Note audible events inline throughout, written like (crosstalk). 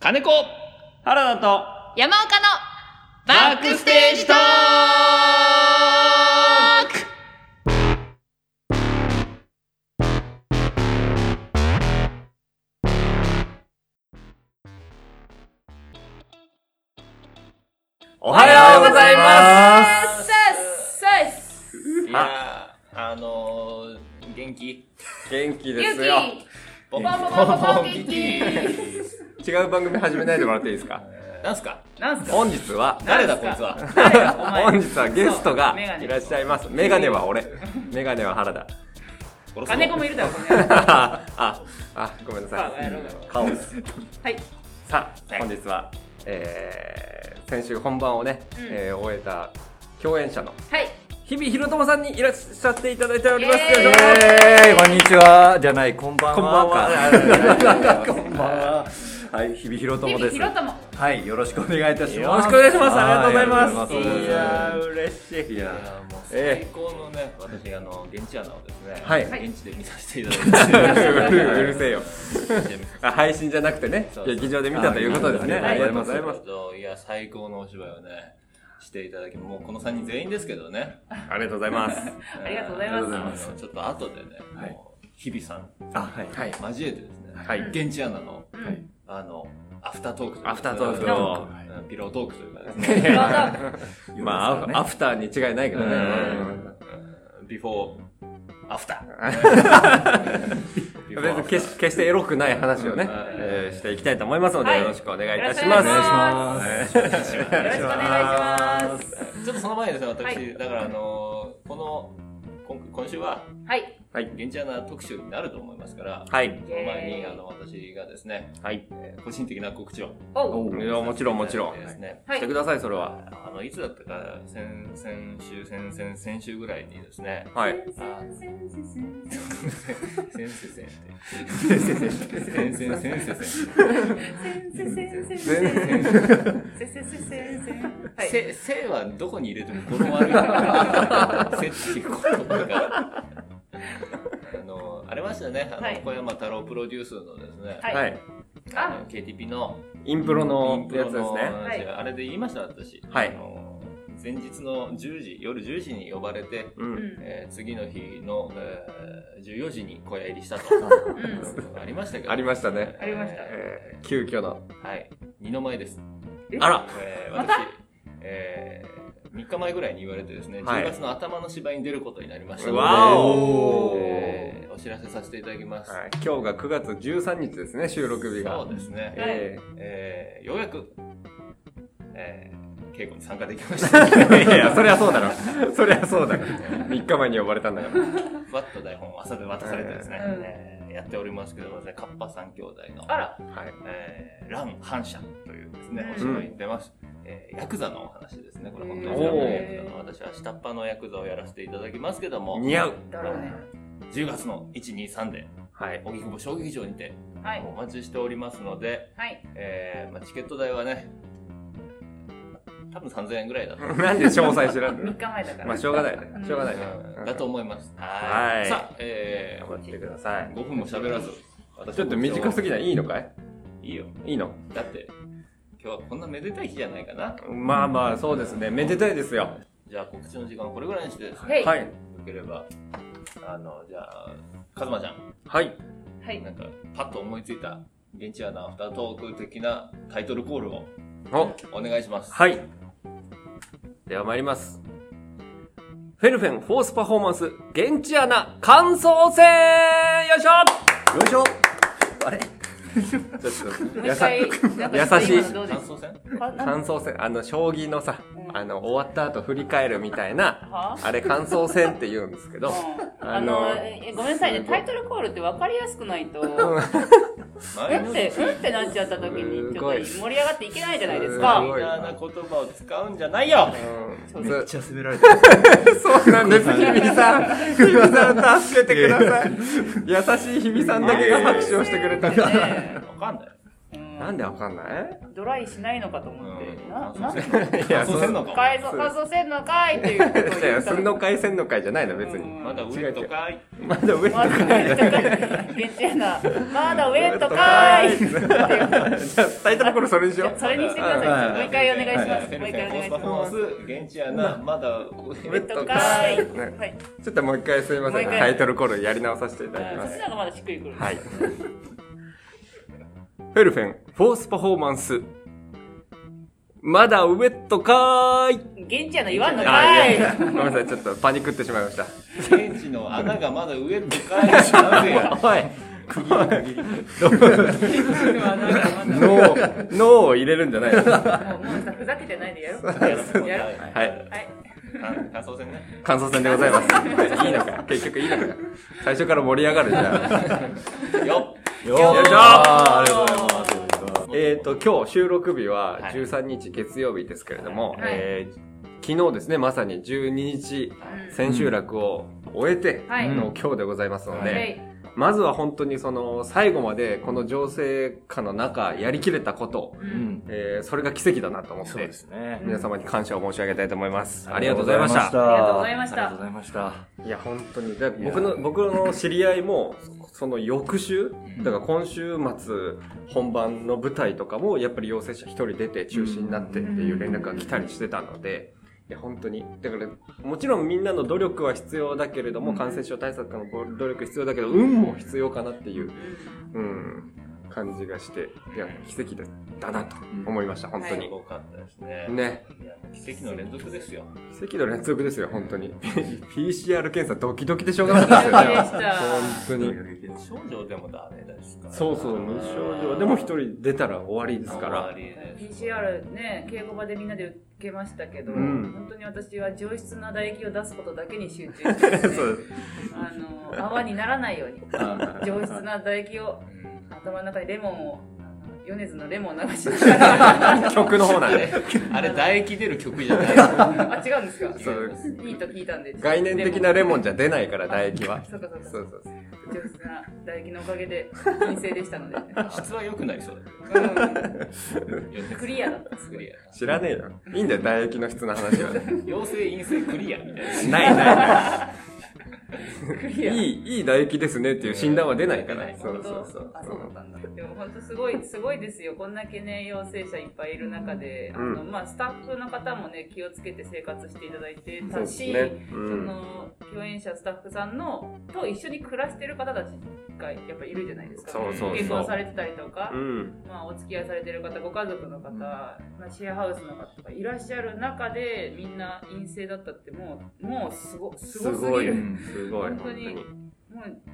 金子原田と山岡のバックステージトークおはようございまさっさっすいやーあのー、元気す元気でゆうすよポバンバンバンバンバン元気違う番組始めないでもらっていいですかなんすかきなんすか本日は誰だこいつは (laughs) 本日はゲストがメガネいらっしゃいますメガネは俺メガネは原田 (laughs) (laughs) 金子もいるだろうねああごめんなさあやろうやろい顔ですはいさあ本日は、えー、先週本番をね、うんえー終えた共演者のはい日々ひろともさんにいらっしゃっていただいておりますイエーイよろしくお願いしますえー、こんにちはじゃないこんばんはこんばんはか (laughs) こんばんははい日々ひろと日も々ですひろともはいよろしくお願いいたしますよろしくお願いしますありがとうございますはありがとうございますー嬉しいいやあーもうえ最高のね、私あの現地アナをですね、はい現地で見させていただいて、うるうるせえよ現地で見させていただいてあ配信じゃなくてねそうそう劇場で見たということですねあありりがとうがとうごござざいいまますすいや最高のお芝居をねしていただきもうこの3人全員ですけどねありがとうございますありがとうございますありがとうございますあのちょっと後でね、もう日々さんあはいはい交えてですね、はい現地アナのうはいんあのアフタートークというかアフタートークうんをうんピロートークというかですひねろともまあアフアフターに違いないけどねうんビフォーアフタ (laughs) ービフォーアフター別に決し決してエロくない話をね、はいえーしていきたいと思いますのはでいよろしくお願いよいろたししくお願まいす。しますすよろしくおよろしくお願いしますちょっとその前にですね私、はいだからあのこの今今週ははいはい現地アナ特集になると思いますからはいその前にあの私がですね、はい。えー個人的な告知をおういやもちろんもちろんさせていただいてですねはしいてくださいそれは。あのいつだったか先先週先々先週ぐらいにですねはい。先生先生先生先生先生はいせせはどこに入れても語呂悪いからせっていう言葉があのありましたねあの、はい小山太郎プロデュースのですね、はいはい。あの KTP のインプロのプやロつですのね。話があれで言いました私、はいあの前日の10時夜10時に呼ばれて、うん。えー次の日の、えー14時に小屋入りしたとありましたけどありましたねありましたええー急遽の。ーはい二の前ですあらえーま私、たえ3日前ぐらいに言われてですね、はい10月の頭の芝居に出ることになりましたので、わおおーえーお知らせさせていただきます。はい今日が9月13日ですね、収録日が。そうですね、ええーようやく、えー稽古に参加できました。ー (laughs) いやいや、そりゃそうだろ。そりゃそうだろ。3日前に呼ばれたんだから。ふわっと台本を朝で渡されてですね、うんえーやっておりますけどもですね、カッパ三兄弟の、あらはい。えー、ラン・反射というですね、うんお芝居に出ます。えーヤクザのお話ですね、これ本当に知らないヤクザの、私は下っ端のヤクザをやらせていただきますけども、似合う。だろうね10月の123ではい。荻窪小劇場にてはいお待ちしておりますので、はいえーまあ、チケット代はね多分3000円ぐらいだと,、なんで詳細知らん (laughs) の3日前だかまあ、らしょうがないね。しょうがないね。うんだと思いますはいはいさあ、え頑張ー、ってください。 5分も喋らず私ちょっと短すぎないいいのかいいいよいいのだって今日はこんなめでたい日じゃないかなまあまあ、そうですね。めでたいですよ。じゃあ告知の時間はこれぐらいにしてですねへいははいい。よければあのじゃあカズマちゃんはい。なんかパッと思いついた現地アナアフタートーク的なタイトルコールをお、お願いしますはい。では参ります。フェルフェンフォースパフォーマンス、現地アナ、感想戦よいしょよいしょ (laughs) あれちょっと、もうや一さ回、なんか優しい今のどうで感す想戦か感想戦、あの、将棋のさ、あの、終わった後振り返るみたいな、はあれ感想戦って言うんですけど、あのえごめんなさいねタイトルコールって分かりやすくないと「うん」前のって「うん」ってなっちゃった時にちょっと盛り上がっていけないじゃないですすかごいな言葉を使うんじゃないようんめっそちゃ滑られてるそうなんです、日比 (laughs) さん。日比さん、助けて (laughs) ください。優しい日比さんだけが拍手をしてくれた。ねわかんない。うんなんでわかんないドライしないのかと思って、うんな、乾な燥せんいや乾燥せんのか乾燥乾燥せんのかいっていうことをい言や、ったすんの会せんの会じゃないの、別に。まだウェットかいまだ上 (laughs) とまかだウじゃェッない。トかいベンチアナまだウェットかいっていうじゃあタイトルコールそれにしじよゃあう。それにしてくださいもう一回お願いしますもう一回お願いしコースパフォまーすマンス現地アナまだウェウェットかいはいちょっともう一回すいません。もう一回タイトルコールやり直させていただきそまっち。すの方がまだしっくりくるはい。フェルフェン、フォースパフォーマンス。まだウェットかーい。現地アナ言わんのあかいいやごめんなさい、ちょっとパニックってしまいました。現地の穴がまだウェットかい (laughs) ってなぜやおい、でもあのまだ脳、脳を入れるんじゃないのもうもうさふざけてないでやろうはやろうやろうはい。はいい感想戦ね感想戦でございます。はいいいのか、結局いいのか。最初から盛り上がるじゃん。よよよいしょあーありがとうございますありがとうございますっえっと、今日収録日ははい13日月曜日ですけれども、はいえー昨日ですね、まさに12日、千秋楽を終えてはいの今日でございますのうんで、はいまずは本当にその最後までこの情勢下の中やりきれたこと、ううんんえーそれが奇跡だなと思っそうてで、すね皆様に感謝を申し上げたいと思います。ありがとうございました。ありがとうございましたありがとうございましたいや、本当に。でいや僕の、僕の知り合いも、その翌週、だから今週末、本番の舞台とかも、やっぱり陽性者一人出て中止になってっていう連絡が来たりしてたので、いや、本当に。だから、もちろんみんなの努力は必要だけれども、うん感染症対策の努力必要だけど、運も必要かなっていう、うん、感じがして、いや、奇跡だだなと思いました、本当すに。ごかったですねね。いや奇跡の連続ですよ奇跡の連続ですよ、本当に。PCR 検査ドキドキでしょうがなかったですよ。ドキドキでした本当に。無症状でもダメですからそうそう、無症状でも一人出たら終わりですかあら。りえない PCR ね稽古場でみんなで受けましたけど、うん本当に私は上質な唾液を出すことだけに集中してですね、 (laughs) そうですあの泡にならないように上質な唾液を頭の中にレモンをあの米津のレモンを流しなが (laughs) 曲の方あなんれで。あれ唾液出る曲じゃないらあ違うんですかそういいと聞いたんで概念的なレモンじゃん出ないから、唾液は。そうかそうかそうそうそう。上質な唾液のおかげで陰性でした (laughs) ので、質は良くなりそううん、クリアだっただクリア知らねえよ。いいんだよ、唾液の質の話は。陽性陰性クリアみたいなないなクい。いリアい、いい唾液ですねっていう診断は出ないから。うんそうそうそあそうだっう。たんだでも本当すごいすごいですよこんだけね陽性者いっぱいいる中で、うんあのまあスタッフの方もね気をつけて生活していただいてそうたですし、ね。うそん。の共演者スタッフさんのと一緒に暮らしてる方たちがやっぱいるじゃないですか、そうそうそう結婚されてたりとか、うん。まあ、お付き合いされてる方ご家族の方、まあ、シェアハウスの方とかいらっしゃる中でみんな陰性だったってもうもうすごすごすぎる。すごい、本本当当にに。も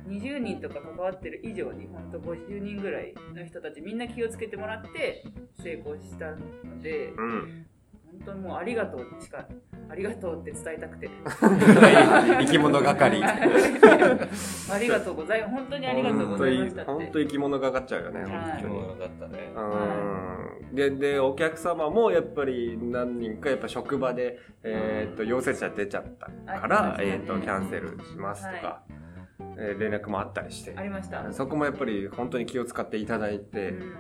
う20人とか関わってる以上に本当50人ぐらいの人たちみんな気をつけてもらって成功したのでうん。本当にもうありがとうしかありがとうって伝えたくて生き物 (laughs) 係。ありがとうございます本当にありがとう本ご当ざいまにした、っ本て当生き物がかっちゃうよね、本当に。よかったねうんででお客様もやっぱり何人かやっぱ職場で、えーっと陽性者出ちゃったから、ありましたねえーっとキャンセルしますとか、えー連絡もあったりしてありました、そこもやっぱり本当に気を使っていただいて、うん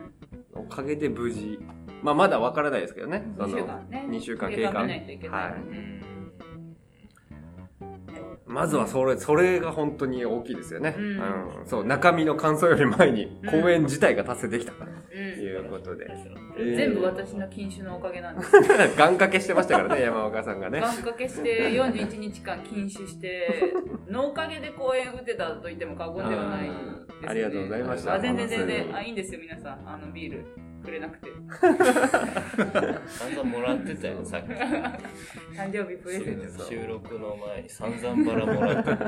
おかげで無事、まあ、まだわからないですけどね2その週間ね二週間経過経過見ないといけないからね、まずはそれそれが本当に大きいですよね、うんうんそう中身の感想より前に公演自体が達成できたとうんいうことで、えー全部私の禁酒のおかげなんです (laughs) 願掛けしてましたからね山岡さんがね願掛けして41日間禁酒してのおかげで公演打てたと言っても過言ではないです、ねう、んありがとうございましたあ全然全本当然にあいいんですよ皆さんあのビールくれなくて散々もらってたよさっき誕生日プレゼント収録の前に散々バラもらってた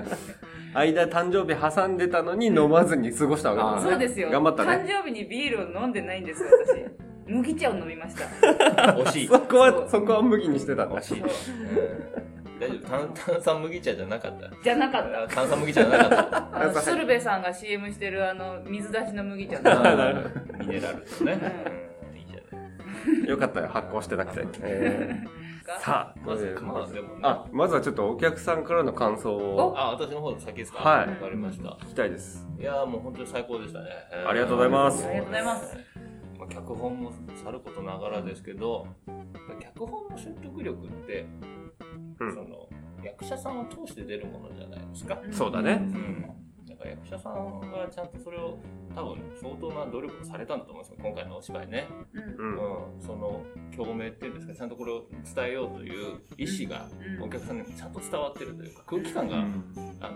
間誕生日挟んでたのに飲まずに過ごしたわけそうねですよ頑張ったね誕生日にビールを飲んでないんですよ私 (laughs) 麦茶を飲みました惜しい (laughs) そこそはうそこは麦にしてたの惜しい、そううん、大丈夫炭炭酸麦茶じゃなかったじゃなかったあ炭酸麦茶じゃな (laughs) かったあの鶴瓶さんが CM してるあの水出しの麦茶ミのネラルとね、うん、いいじゃないよかったよ発酵してな (laughs) くて、えーさあまずえーまあでもねあまずはちょっとお客さんからの感想をあ私の方先ですかはいわかりました聞きたいですいやーもう本当に最高でしたね、ありがとうございますありがとうございますまあ脚本もさることながらですけど、脚本の説得力って、うんその役者さんを通して出るものじゃないですか。うんそうだねうん、だから役者さんがちゃんとそれを多分相当な努力をされたんだと思うんですよ今回のお芝居ね、うんううんんその共鳴っていうんですかちゃんとこれを伝えようという意思がうんお客さんにもちゃんと伝わってるというか空気感が、あの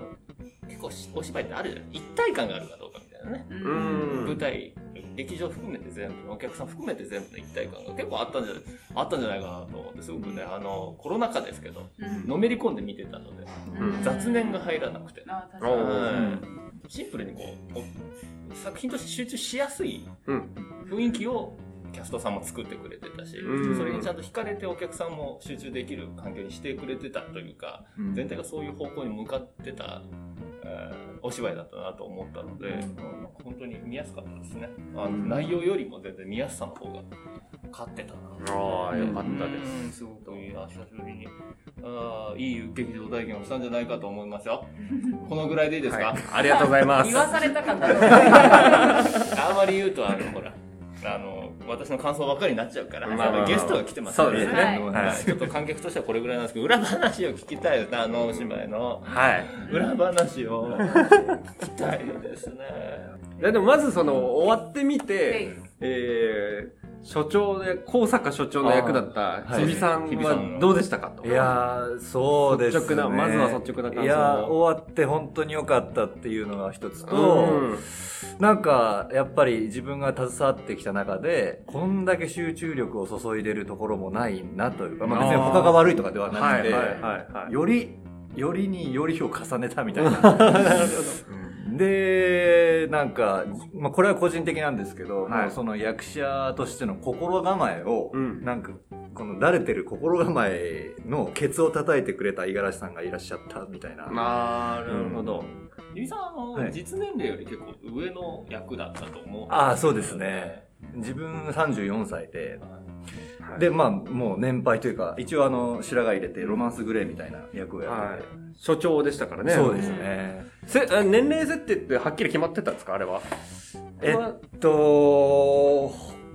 結構しお芝居ってあるじゃない一体感があるかどうかみたいなね、ううんん舞台劇場含めて全部お客さん含めて全部の一体感が結構あったんじゃないあったんじゃないかなと思ってすごくねあのコロナ禍ですけどうんのめり込んで見てたのでうん雑念が入らなくて。あ確おかはいシンプルにこうお作品として集中しやすいうん雰囲気をキャストさんも作ってくれてたし、うんそれにちゃんと惹かれてお客さんも集中できる環境にしてくれてたというか全体がそういう方向に向かってた、えーお芝居だったなと思ったので、うん本当に見やすかったですねあのうん内容よりも全然見やすさの方が勝ってたなああよかったですすすごくいいな久しぶりにあーいい劇場体験をしたんじゃないかと思います (laughs) よこのぐらいでいいですか、はいありがとうございまにす言わされたか (laughs) ったあんまり言うとあのほらあの私の感想ばっかりになっちゃうから、まあまあまあゲストが来てますそうねですねはいはいちょっと観客としてはこれぐらいなんですけど裏話を聞きたいですねあのお芝居のはい裏話を (laughs) 聞きたいですねででもまずその終わってみて、でえー、所長で高坂所長の役だったあー日比さんはい日比さんはのどうでしたかといやーそうですね率直なまずは率直な感想をいやー終わって本当に良かったっていうのが一つと、うんなんかやっぱり自分が携わってきた中でこんだけ集中力を注いでるところもないなというか、まあ、別にあー他が悪いとかではなはくいて、はいはいはいよりよりによりを重ねたみたい (laughs) な。でなんか、まあ、これは個人的なんですけど、はいもうその役者としての心構えを、うんなんかこの慣れてる心構えのケツを叩いてくれた五十嵐さんがいらっしゃったみたいな。なるほど、ゆりさんはあの、はい実年齢より結構上の役だったと思うああそうですね自分34歳ではいでまあもう年配というか一応あの白髪入れてロマンスグレーみたいな役をやっはてい、て、所長でしたからねそうですね、せあ年齢設定ってはっきり決まってたんですかあれはえっと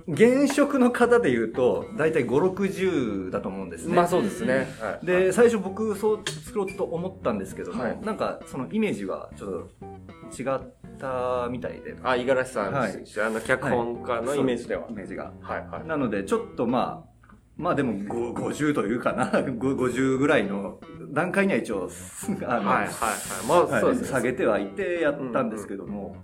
現職の方で言うと大体560だと思うんですね、まあそうですね、はい、で最初僕そう作ろうと思ったんですけども、はいなんかそのイメージがちょっと違ったみたいであ五十嵐さん、はいあの脚本家のイメージでは、イメージがはいはいなので、ちょっとまあ、まあでもご50というかな、 (laughs) ご50ぐらいの段階には一応、あの、はいはいはいまはあいそうです下ねげてはいてやったんですけども、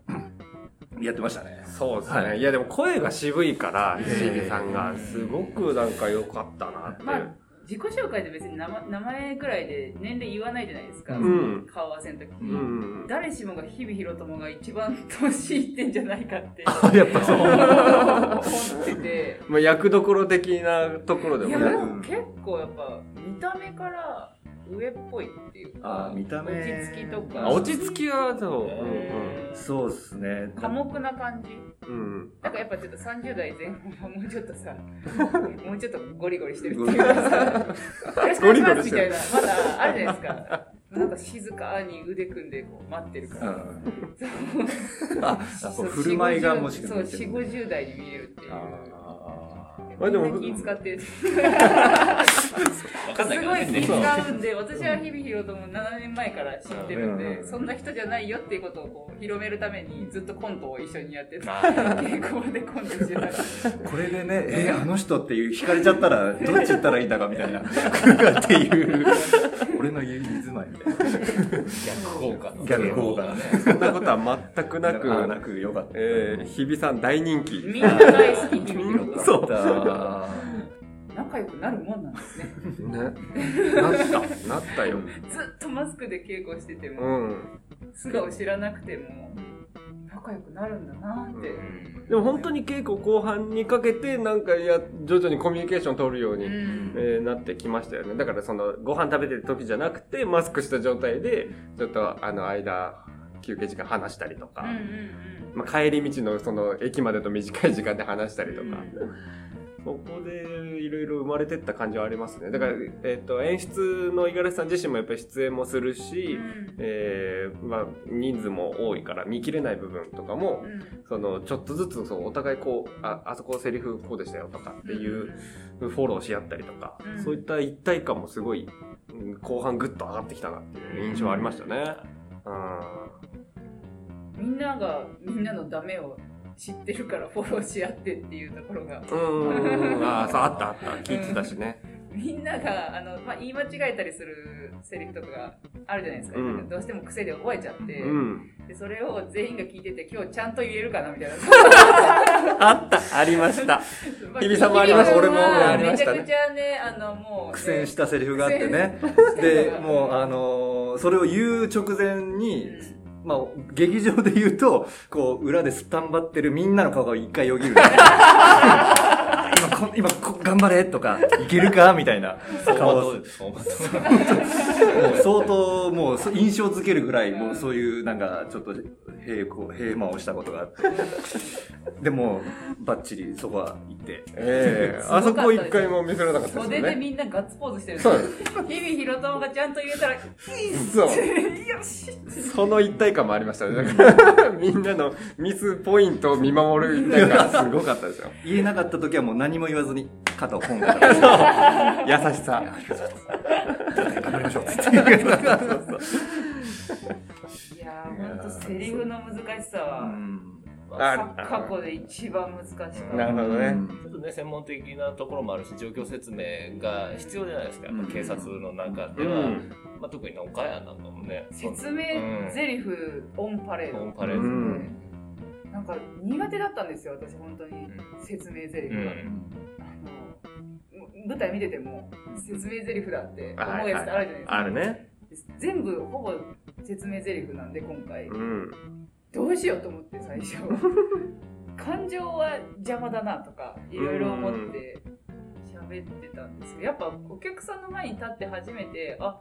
やってまし (laughs) たね。そうですね、はいい、やでも声が渋いから日比さんがうんすごくなんか良かったなっていう、まあ自己紹介で別に名前名前くらいで年齢言わないじゃないですか、うん顔合わせの時うんうんうん誰しもが日々ひろともが一番年いってんじゃないか (laughs) ってやっぱそう。思っててまあ役どころ的なところでいもやねでも結構やっぱ見た目から上っぽいっていうかあ見た目落ち着きとあか落ち着きはそう、うんえーそうですね。寡黙な感じうんうん、なんかやっぱちょっと30代前半はもうちょっと (laughs) さもうちょっとゴリゴリしてるっていうかさ「よろしくお願いします」みたいなまだあるじゃないですかなんか静かに腕組んでこう待ってるかうら、んああこう振る舞いがもしかしそうて4 5 0代に見えるっていうまあでもみんな気使ってるわかんないすかごらいね気使うんで、私は日々ひろとも7年前から知ってるんうんうんで、うんそんな人じゃないよっていうことをこう広めるためにずっとコントを一緒にやってた。まあ稽古でコントしてた。これでね、えーあの人っていう、惹かれちゃったら、どっち行ったらいいんだかみた (laughs) いな、っていう、俺の家に住まいみたいな。逆効 (laughs) 果の逆効果ねそんなことは全くなくあなくよかった。えー、日比さん大人気みんな大好き日々ひろと。 (laughs) そうだ。仲良くなるもんなんですね。ね、なったなったよ、ずっとマスクで稽古しててうも、ん、素顔知らなくても、仲良くなるんだなって。でも本当に稽古後半にかけてなんかいや徐々にコミュニケーション取るように、うんえーなってきましたよねだからそのご飯食べてる時じゃなくてマスクした状態でちょっとあの間休憩時間話したりとか、うんうんまあ、帰り道のその駅までと短い時間で話したりとか、うんそこでいろいろ生まれてった感じはありますね。だから、えっ、と、演出の五十嵐さん自身もやっぱり出演もするし、えーまあ、人数も多いから見切れない部分とかも、その、ちょっとずつ、そう、お互いこう、あ、あそこセリフこうでしたよとかっていうフォローし合ったりとか、うんそういった一体感もすごい、うん後半ぐっと上がってきたなっていう印象はありましたね。うみんながみんなのダメを知ってるからフォローし合ってっていうところがん。うん。ああ、そう、あったあった。聞いてたしね。みんながあの、まあ、言い間違えたりするセリフとかがあるじゃないですか、うんどうしても癖で覚えちゃって、うん。でそれを全員が聞いてて今日ちゃんと言えるかなみたい (laughs) なあった、ありました。日比さんもあり (laughs) まましたあ俺もありまめしちたゃねくちゃねあのもう苦戦ししたセリフがあってね。たで、もう、あのーそれを言う直前に、まあ、劇場で言うと、こう、裏ですったんばってるみんなの顔が一回よぎる。今こ、今こ、頑張れとか、いけるかみたいな顔を。もうそう相当、もう、そ印象づけるぐらい、もうそういう、なんか、ちょっと、平行、平間をしたことがあって。でも、ばっちりそこは行って。ええすごかあったそですこ一回も見せられなかったです袖よでね。みんなガッツポーズしてるそう日々ひろともがちゃんと言えたら「そう。よし!」その一体感もありました (laughs) ね。だからみんなのミスポイントを見守る一体感がすごかったですよ。言えなかった時はもう何も言わずに、肩をポンから。優しさ。頑張りましょう。 (laughs) いやーほんとセリフの難しさうはんあさ過去で一番難しかっなたるほどね。ちょっとね、専門的なところもあるし、状況説明が必要じゃないですか、やっぱ警察の中うでは、ん。まあ、特に岡山なんかもね、説明ゼリフオンパレーオンドパレード、ううんんなんか苦手だったんですよ私本当に説明ゼリフが、あのむ舞台見てても説明ゼリフだって思うやつってあるじゃないですか、あるね。全部ほぼ説明ゼリフなんで今回うん。どうしようと思って最 (laughs) 初感情は邪魔だなとかいろいろ思って喋ってたんですけどやっぱお客さんの前に立って初めてあ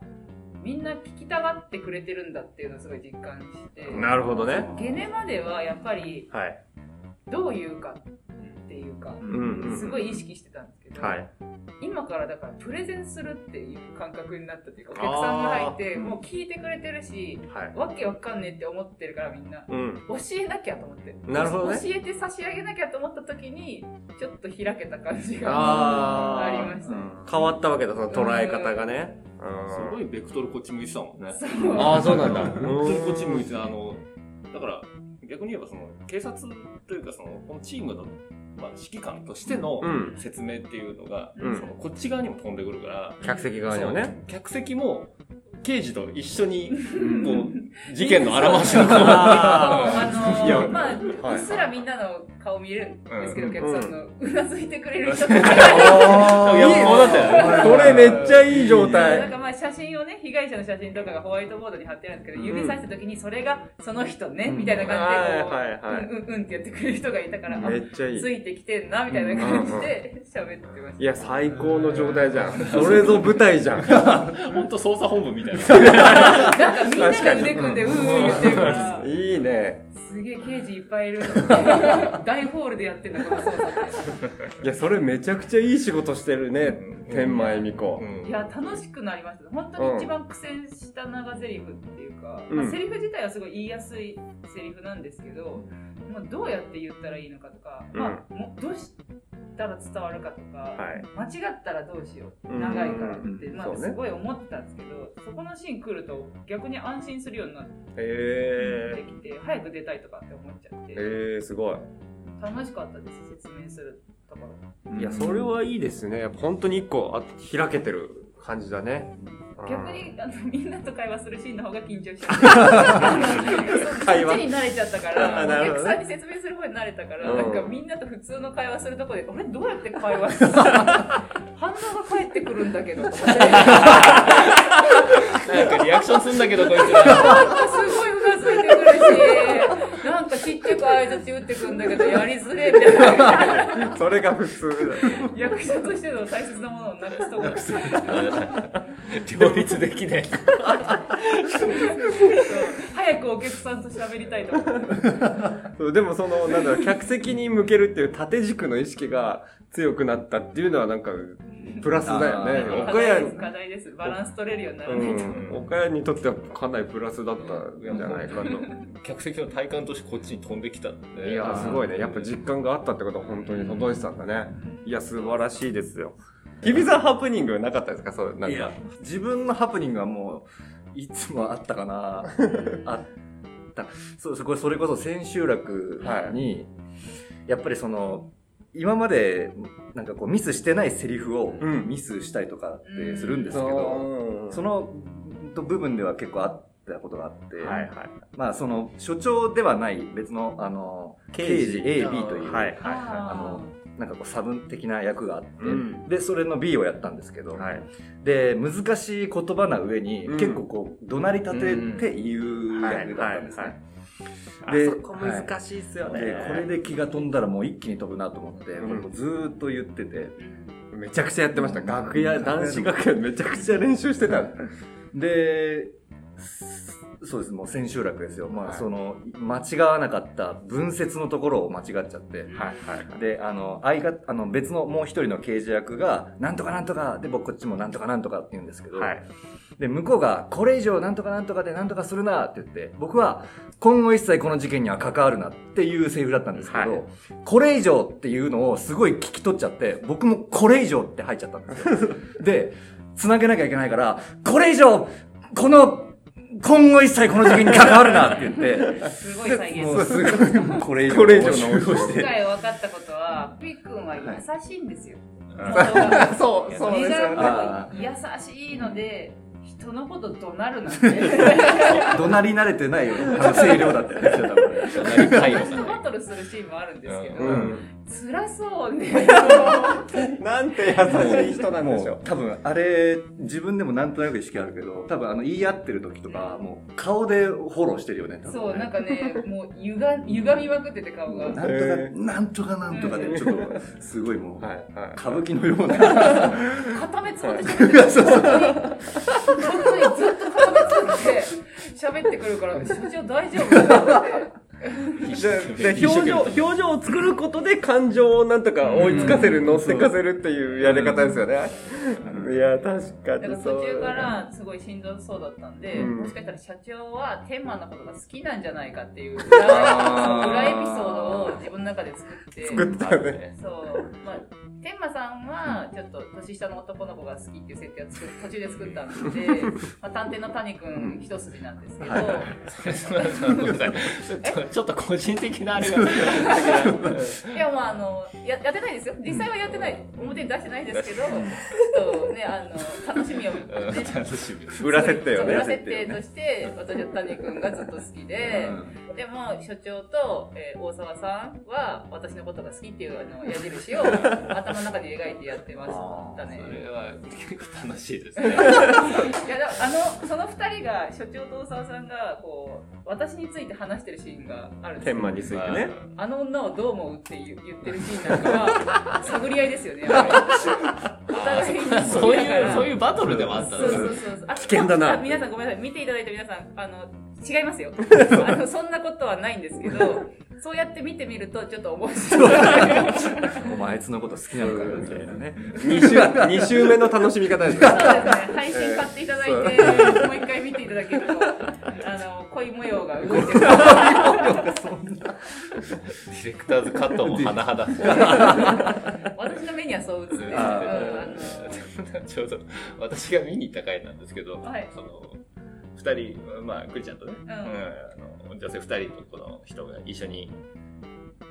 みんな聞きたがってくれてるんだっていうのをすごい実感してなるほどね。ゲネまではやっぱりはい。どう言うかっていうかうんうん。すごい意識してたんですけど、はい。今からだからプレゼンするっていう感覚になったというかお客さんが入ってあーもう聞いてくれてるしはい。わけわかんねえって思ってるからみんなうん。教えなきゃと思ってなるほどね教えて差し上げなきゃと思った時にちょっと開けた感じがああありました、変わったわけだ、その捉え方がね。すごい。いベクトルこっち向いてたもんね。そうああ、そうなんだ。ベクトルこっち向いてた、あの、だから、逆に言えばその、警察というか、その、このチームの、まあ、指揮官としてのうん説明っていうのが、うんそのこっち側にも飛んでくるから、客席側にもね。そう客席も、刑事と一緒に、うんこ (laughs) う、事件の表しの顔 (laughs) ああのいやまあ、はいうっすらみんなの顔見えるんですけど、うんお客さんのうなずいてくれる人とあーいいそうだったよこれめっちゃいい状態なんかまあ写真をね被害者の写真とかがホワイトボードに貼ってあるんですけど、指さした時にそれがその人ね、うんみたいな感じでこう、はいはいはういんうんうんってやってくれる人がいたから、あめっちゃいいつ。いてきてんなみたいな感じで喋ってました。いや、最高の状態じ (laughs) ゃん。それぞ舞台じゃん。本当捜査本部みたいな。なんかみんなが腕組んでうんうん言ってるから、いいね。すげえ刑事いっぱいいるの大ホールでやってんだこの捜査いや、それめちゃくちゃいい仕事してるね。天満恵美子。いや楽しくなりました本当に一番苦戦した長ゼリフっていうか、うんまあ、セリフ自体はすごい言いやすいセリフなんですけど、まあ、どうやって言ったらいいのかとか、うんまあ、もどうしたら伝わるかとか、はい間違ったらどうしよううん長いからって、うんまそうあ、ねすごい思ってたんですけどそ,、このシーン来ると逆に安心するようになっえてきて、早く出たいとかって思っちゃって、ー、えー、すごい。楽しかったです説明するところ。いや、それはいいですね。やっぱ本当に一個あ開けてる感じだね。うん逆にあのみんなと会話するシーンの方が緊張しちゃった。 (laughs) 会話そっちに慣れちゃったか (laughs) あら、ーなおるほ客どねさんに説明する方に慣れたから、うんなんかみんなと普通の会話するとこで、俺どうやって会話す (laughs) る反応が返ってくるんだけど、とかね (laughs) なんかリアクションするんだけど、こいつら。すごいうなずいてくるし、なんかちっちゃく挨拶打ってくんだけど、やりづれえって。 (laughs) それが普通だ役者としての大切なものをなくすとか。そう両立できない。早くお客さんと喋りたいとか。そうでもそのなんだろう客席に向けるっていう縦軸の意識が強くなったっていうのはなんかプラスだよあねー岡課題です、谷課題です。バランス取れるようにならうないと。ん、岡谷にとってはかなりプラスだったんじゃないかと。客席の体感としてこっちに飛んできたので。いや、すごいね。やっぱ実感があったってことは本当に届いてたんだね。いや、素晴らしいですよ。日比さんハプニングはなかったですかそう、なんいやか。、自分のハプニングはもう、いつもあったかな。 (laughs) あった。そう、そうこれそれこそ千秋楽に、やっぱりその、今まで、なんかこう、ミスしてないセリフをうんミスしたりとかってするんですけそど、のその部分では結構あったことがあって、はいはい。まあその、所長ではない別の、あの、刑事 A、B という、はいはいあはあの、なんかこう、差分的な役があって、うんで、それの B をやったんですけど、い。はい。で難しい言葉な上に、うん結構こう怒鳴り立てて言う役だったんですね、でしいですでこれで気が飛んだらもう一気に飛ぶなと思って、うんこれずーっと言っててめちゃくちゃやってました。楽屋、男子楽屋めちゃくちゃ練習してた。ですそうですもう千秋楽ですよ、まあはいその間違わなかった文節のところを間違っちゃって、はいはい。であの相方あの別のもう一人の刑事役が「なんとかなんとか」で僕こっちも「なんとかなんとか」って言うんですけど、はい。で、向こうが、これ以上なんとかなんとかでなんとかするなって言って、僕は、今後一切この事件には関わるなっていうセリフだったんですけど、はいこれ以上っていうのをすごい聞き取っちゃって、僕もこれ以上って入っちゃったんですよ。で、繋げなきゃいけないから、これ以上、この、今後一切この事件に関わるなって言って、ーすごい再も現うすごい、これ以上これ以上の応酬応酬をし今て。回分かったことは、ピッくんは優しいんですよ。そう、そそうれですよね。があ優しいので、人のこと怒鳴るなんて。怒鳴り慣れてないよ。あの声量だ (laughs) ったよね。ちょっと多分ね隣回路ちがょっなとバいトルするシーンもあるんですけど、うん。辛そうね。なんて優しい人なんでしょもう多分あれ自分でもなんとなく意識あるけど多分あの言い合ってる時とかもう顔でフォローしてるよね多分ねそう、なんかね、もう歪ん歪みまくってて顔もが。うなんとか、へなんとかなんとかでちょっとすごいもう。う、はいはい。歌舞伎のような固めつぶって喋ってる。そうそう本当にずっと固めつぶって喋ってくるから、社長大丈夫だって思って。で表情 (laughs) 表情を作ることで感情をなんとか追いつかせる、うん乗ってかせるっていうやり方ですよね、いや確だかかにらそう途中からすごいしんどそうだったんで、うんもしかしたら社長は天満のことが好きなんじゃないかっていう裏あー裏エピソードを自分の中で作って。作ってたよねそう、まあ、天馬さんはちょっと年下の男の子が好きっていう設定を作っ途中で作ったんで、まあ、探偵の谷くん一筋なんですけど、ちょっと個人的なあれが。いやまああのややってないですよ実際はやってない表に出してないですけどちょっとねあの楽しみを、ね、 (laughs) 楽しみです。裏設定よそうね裏設定として私は谷くんがずっと好きで。でも所長と、えー大沢さんは私のことが好きっていうあの矢印を頭の中で描いてやってましたねそ。れは結構楽しいです (laughs) ね。いやだあのその2人が所長と大沢さんがこう私について話してるシーンがあるんです天よ満についてねあの女をどう思うって言言ってるシーンなんかは探り合いですよねあれお互いにまあ。そういう、そういうバトルでもあったんそうですそようそうそうあ危険だなあ皆さんごめんなさい見ていただいた皆さんあの違いますよあのそんなことはないんですけどそうやって見てみるとちょっと面白いそうですねお前あいつのこと好きなのかよみたいなね2週 (laughs) 二週目の楽しみ方ですね配信買っていただいて、もう一回見ていただけるとあの恋模様が動いてるディレクターズカットも甚だしい。私の目にはそう映って (laughs) る。うんああちょうど私が見に行った回なんですけど、はいその2人、まあ、クリちゃんとね、んうんあの女性2人とこの人が一緒に、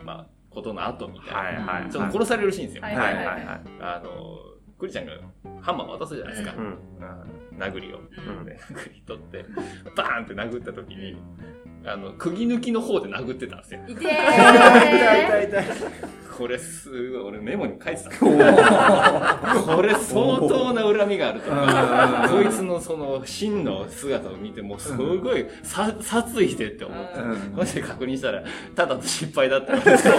まあ、ことの後みたいな、はいはいちょっと殺されるシーンですよ。はいはいはいはいあのクリちゃんがハンマー渡すじゃないですか、ううんん殴りを。のうんうんで殴り取ってバーンって殴った時にあの、釘抜きの方で殴ってたんですよ。いて痛い痛い痛いこれすごい、俺メモに書い (laughs) てた。これ相当な恨みがあるとか、こいつのその真の姿を見て、もうすごいさ殺意でって思って。マジで確認したら、ただの失敗だ (laughs) ったんですよ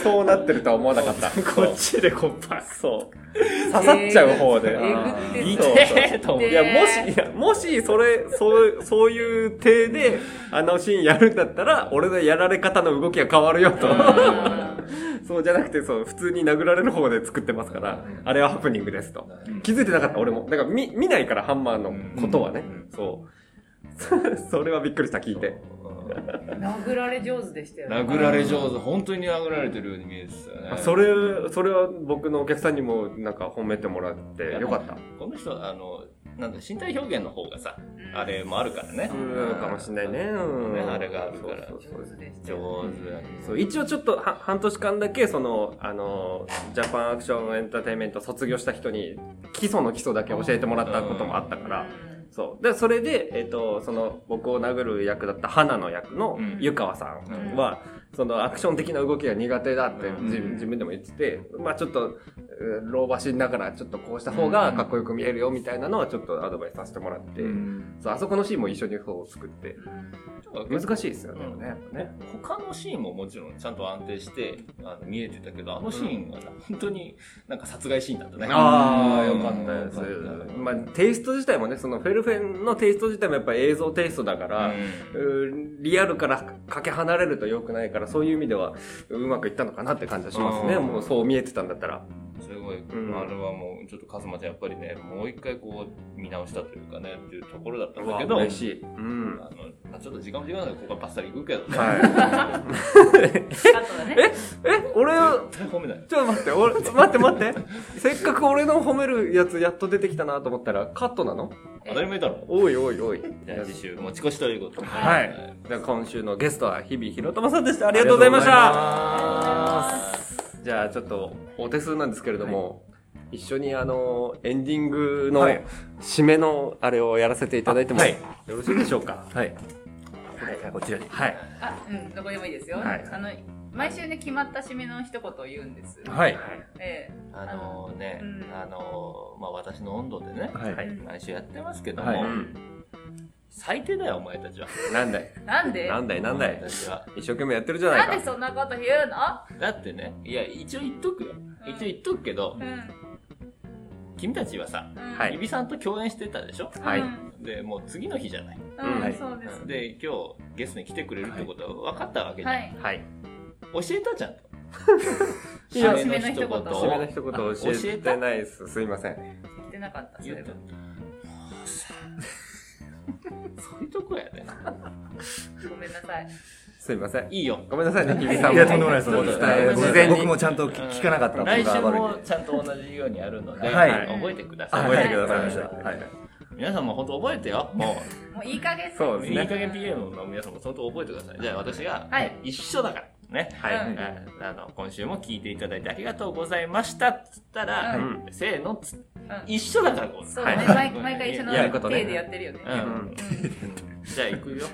そうなってるとは思わなかった。 (laughs) こっちでこう、パッそう。刺さっちゃう方で。えぐってい (laughs) そうてえと思っいて。や、もし、いや、もし、それ、そう、そういう体で、あのシーンやるんだったら、俺のやられ方の動きが変わるよと。そうじゃなくて、そう、普通に殴られる方で作ってますから、あれはハプニングですと。気づいてなかった、俺も。だから、見、見ないから、ハンマーのことはね。そう。 (laughs) それはびっくりした、聞いて。殴られ上手でしたよね。殴られ上手、本当に殴られてるように見えてたよね。それ、それは僕のお客さんにも、なんか褒めてもらって、よかった。この人、あの、なんだ、身体表現の方がさ、あれもあるからね。うん、かもしんないね。うん。あれがあるからそうそうそう上手でしたよ上ね。手だねそう一応ちょっとは半年間だけそのあのジャパンアクションエンターテインメント卒業した人に基礎の基礎だけ教えてもらったこともあったからそうでそれで、えっとその僕を殴る役だった花の役のうん湯川さんは、そのアクション的な動きが苦手だって自,、自分でも言ってて、まあ、ちょっとうー老婆心ながらちょっとこうした方がかっこよく見えるよみたいなのはちょっとアドバイスさせてもらって、そうあそこのシーンも一緒にそう作って難しいですよね。うんやっぱね他のシーンももちろんちゃんと安定してあの見えてたけどあのシーンはな本当になんか殺害シーンだったねああ、うんよかったですよかった。まあ、テイスト自体もね、そのフェルフェンのテイスト自体もやっぱ映像テイストだから、うんリアルからかけ離れると良くないから、そういう意味ではうまくいったのかなって感じはしますね。うんもうそう見えてたんだったら。すごい、うんあれはもうちょっとカズマちゃんやっぱりねもう一回こう見直したというかねっていうところだったんだけど嬉しい。うん。あのあちょっと時間も時間なんでここはバッサリ行くけどねはい。あとはね、え、 (laughs) 俺を、絶対褒めないちょっと待って、俺、待って待って。せっかく俺の褒めるやつやっと出てきたなと思ったら、カットなの当たり前だろおいおいおい。じゃあ次週持ち越しということではい。じゃあ今週のゲストは日々ひろとまさんでした。ありがとうございました。じゃあちょっとお手数なんですけれども、一緒にあの、エンディングのはい締めのあれをやらせていただいても、はいよろしいでしょうか。はい。はい、こちらに。はい。あ、うん、どこでもいいですよ。はいあの毎週ね決まった締めの一言を言うんです。はい。えあのね、うんあのまあ私の温度でね、はえい。うん毎週やってますけども、はいう最低だよお前たちはなんだい、なんで？なんだい、なんだおい前。たちは一生懸命やってるじゃないか。なんでそんなこと言うの？だってねいや一応言っとくよ一応言っとくけど、うん君たちはさうん。はいイビさんと共演してたでしょはいうんでもう次の日じゃないうんはいそうです。で今日ゲストに来てくれるってことは分かったわけじゃん、はい。はい。教えたじゃんと (laughs) いや締めの一言締めの一言を教えてないです。すいません。言ってなかった。そ言れったはそういうとこやねごめんなさい。すいません。いいよごめんなさいね、日々さんいも。や、とんでもないです。そうですね事前に。僕もちゃんと聞かなかった。来週もちゃんと同じようにやるので、はい覚えてください、覚えてくださいました。ははい。皆さんも本当覚えてよももういい加減。そううでいすいね加減 PM の皆さんも相当覚えてくださいじゃあ私がはい。一緒だからねはい。うんああの今週も聞いていただいてありがとうございましたっつったら、うんせーのっつうん一緒だからこうそうだね。はい毎毎回一緒のやること手ねでやってるよね。うんうんじゃあ行くよじゃ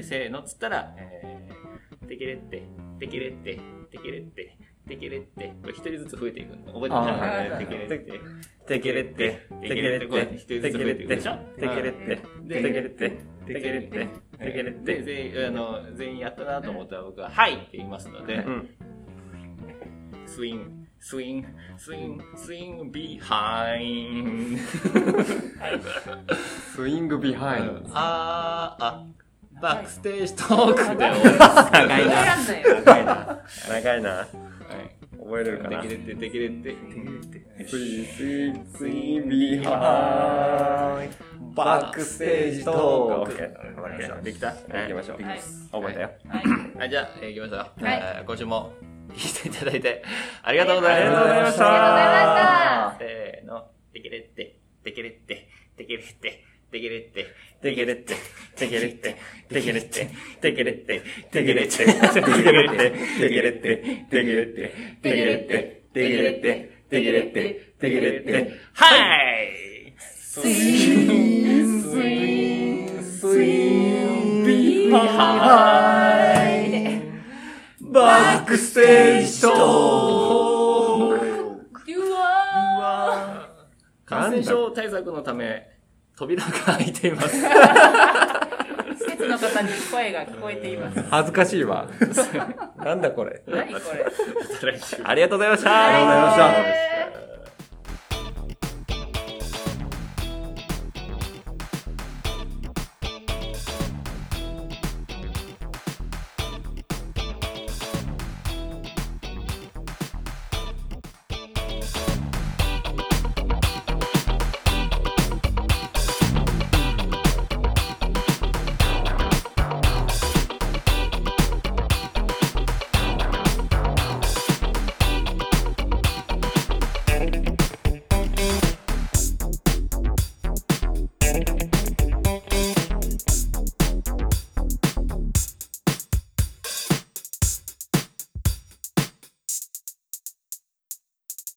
あせーのっつったら「えー、テケレってテケレってテケレってテケレって」これ一人ずつ増えていくの覚えてるじあはいゃんはいテケレって。テケレって、テケレって、テケレってテケレって、テケレって、テケレって、テケレって、テケレって。で全員あの全員やったなと思ったら僕は「はい!」って言いますので、うん。スイン、スイン、スイン、スイン、ビハイン。スイングビハインド。あー、あ、バックステージトークで終長いな。んないよ。わりだ。長いな。はい。覚えれるかでなき。れって、できれって。スイスイスイビハインド。バックステージトーク。オッケーわかりました。できた行きましょう。はい。覚えたよ。はい。はい、じゃあ、行きましょう。はいえー今週も聞いていただいて、ありがとうございます。ありがとうございましたあせーの、できれって、できれって、できれって、できれって、できれって、できれって、できれって、できれって、できれって、できれって、できれって、できれって、できれって、できれって、できれって、できれって、はいスイーン、スイーン、スイーン、ビーハークステージトークうわ感染症対策のため、扉が開いてい (laughs) ます。ー施設の方に声が聞こえています。恥ずかしいわ。 (laughs) なんだこれ。何これ。また来週ありがとうございました。ありがとうございましたえー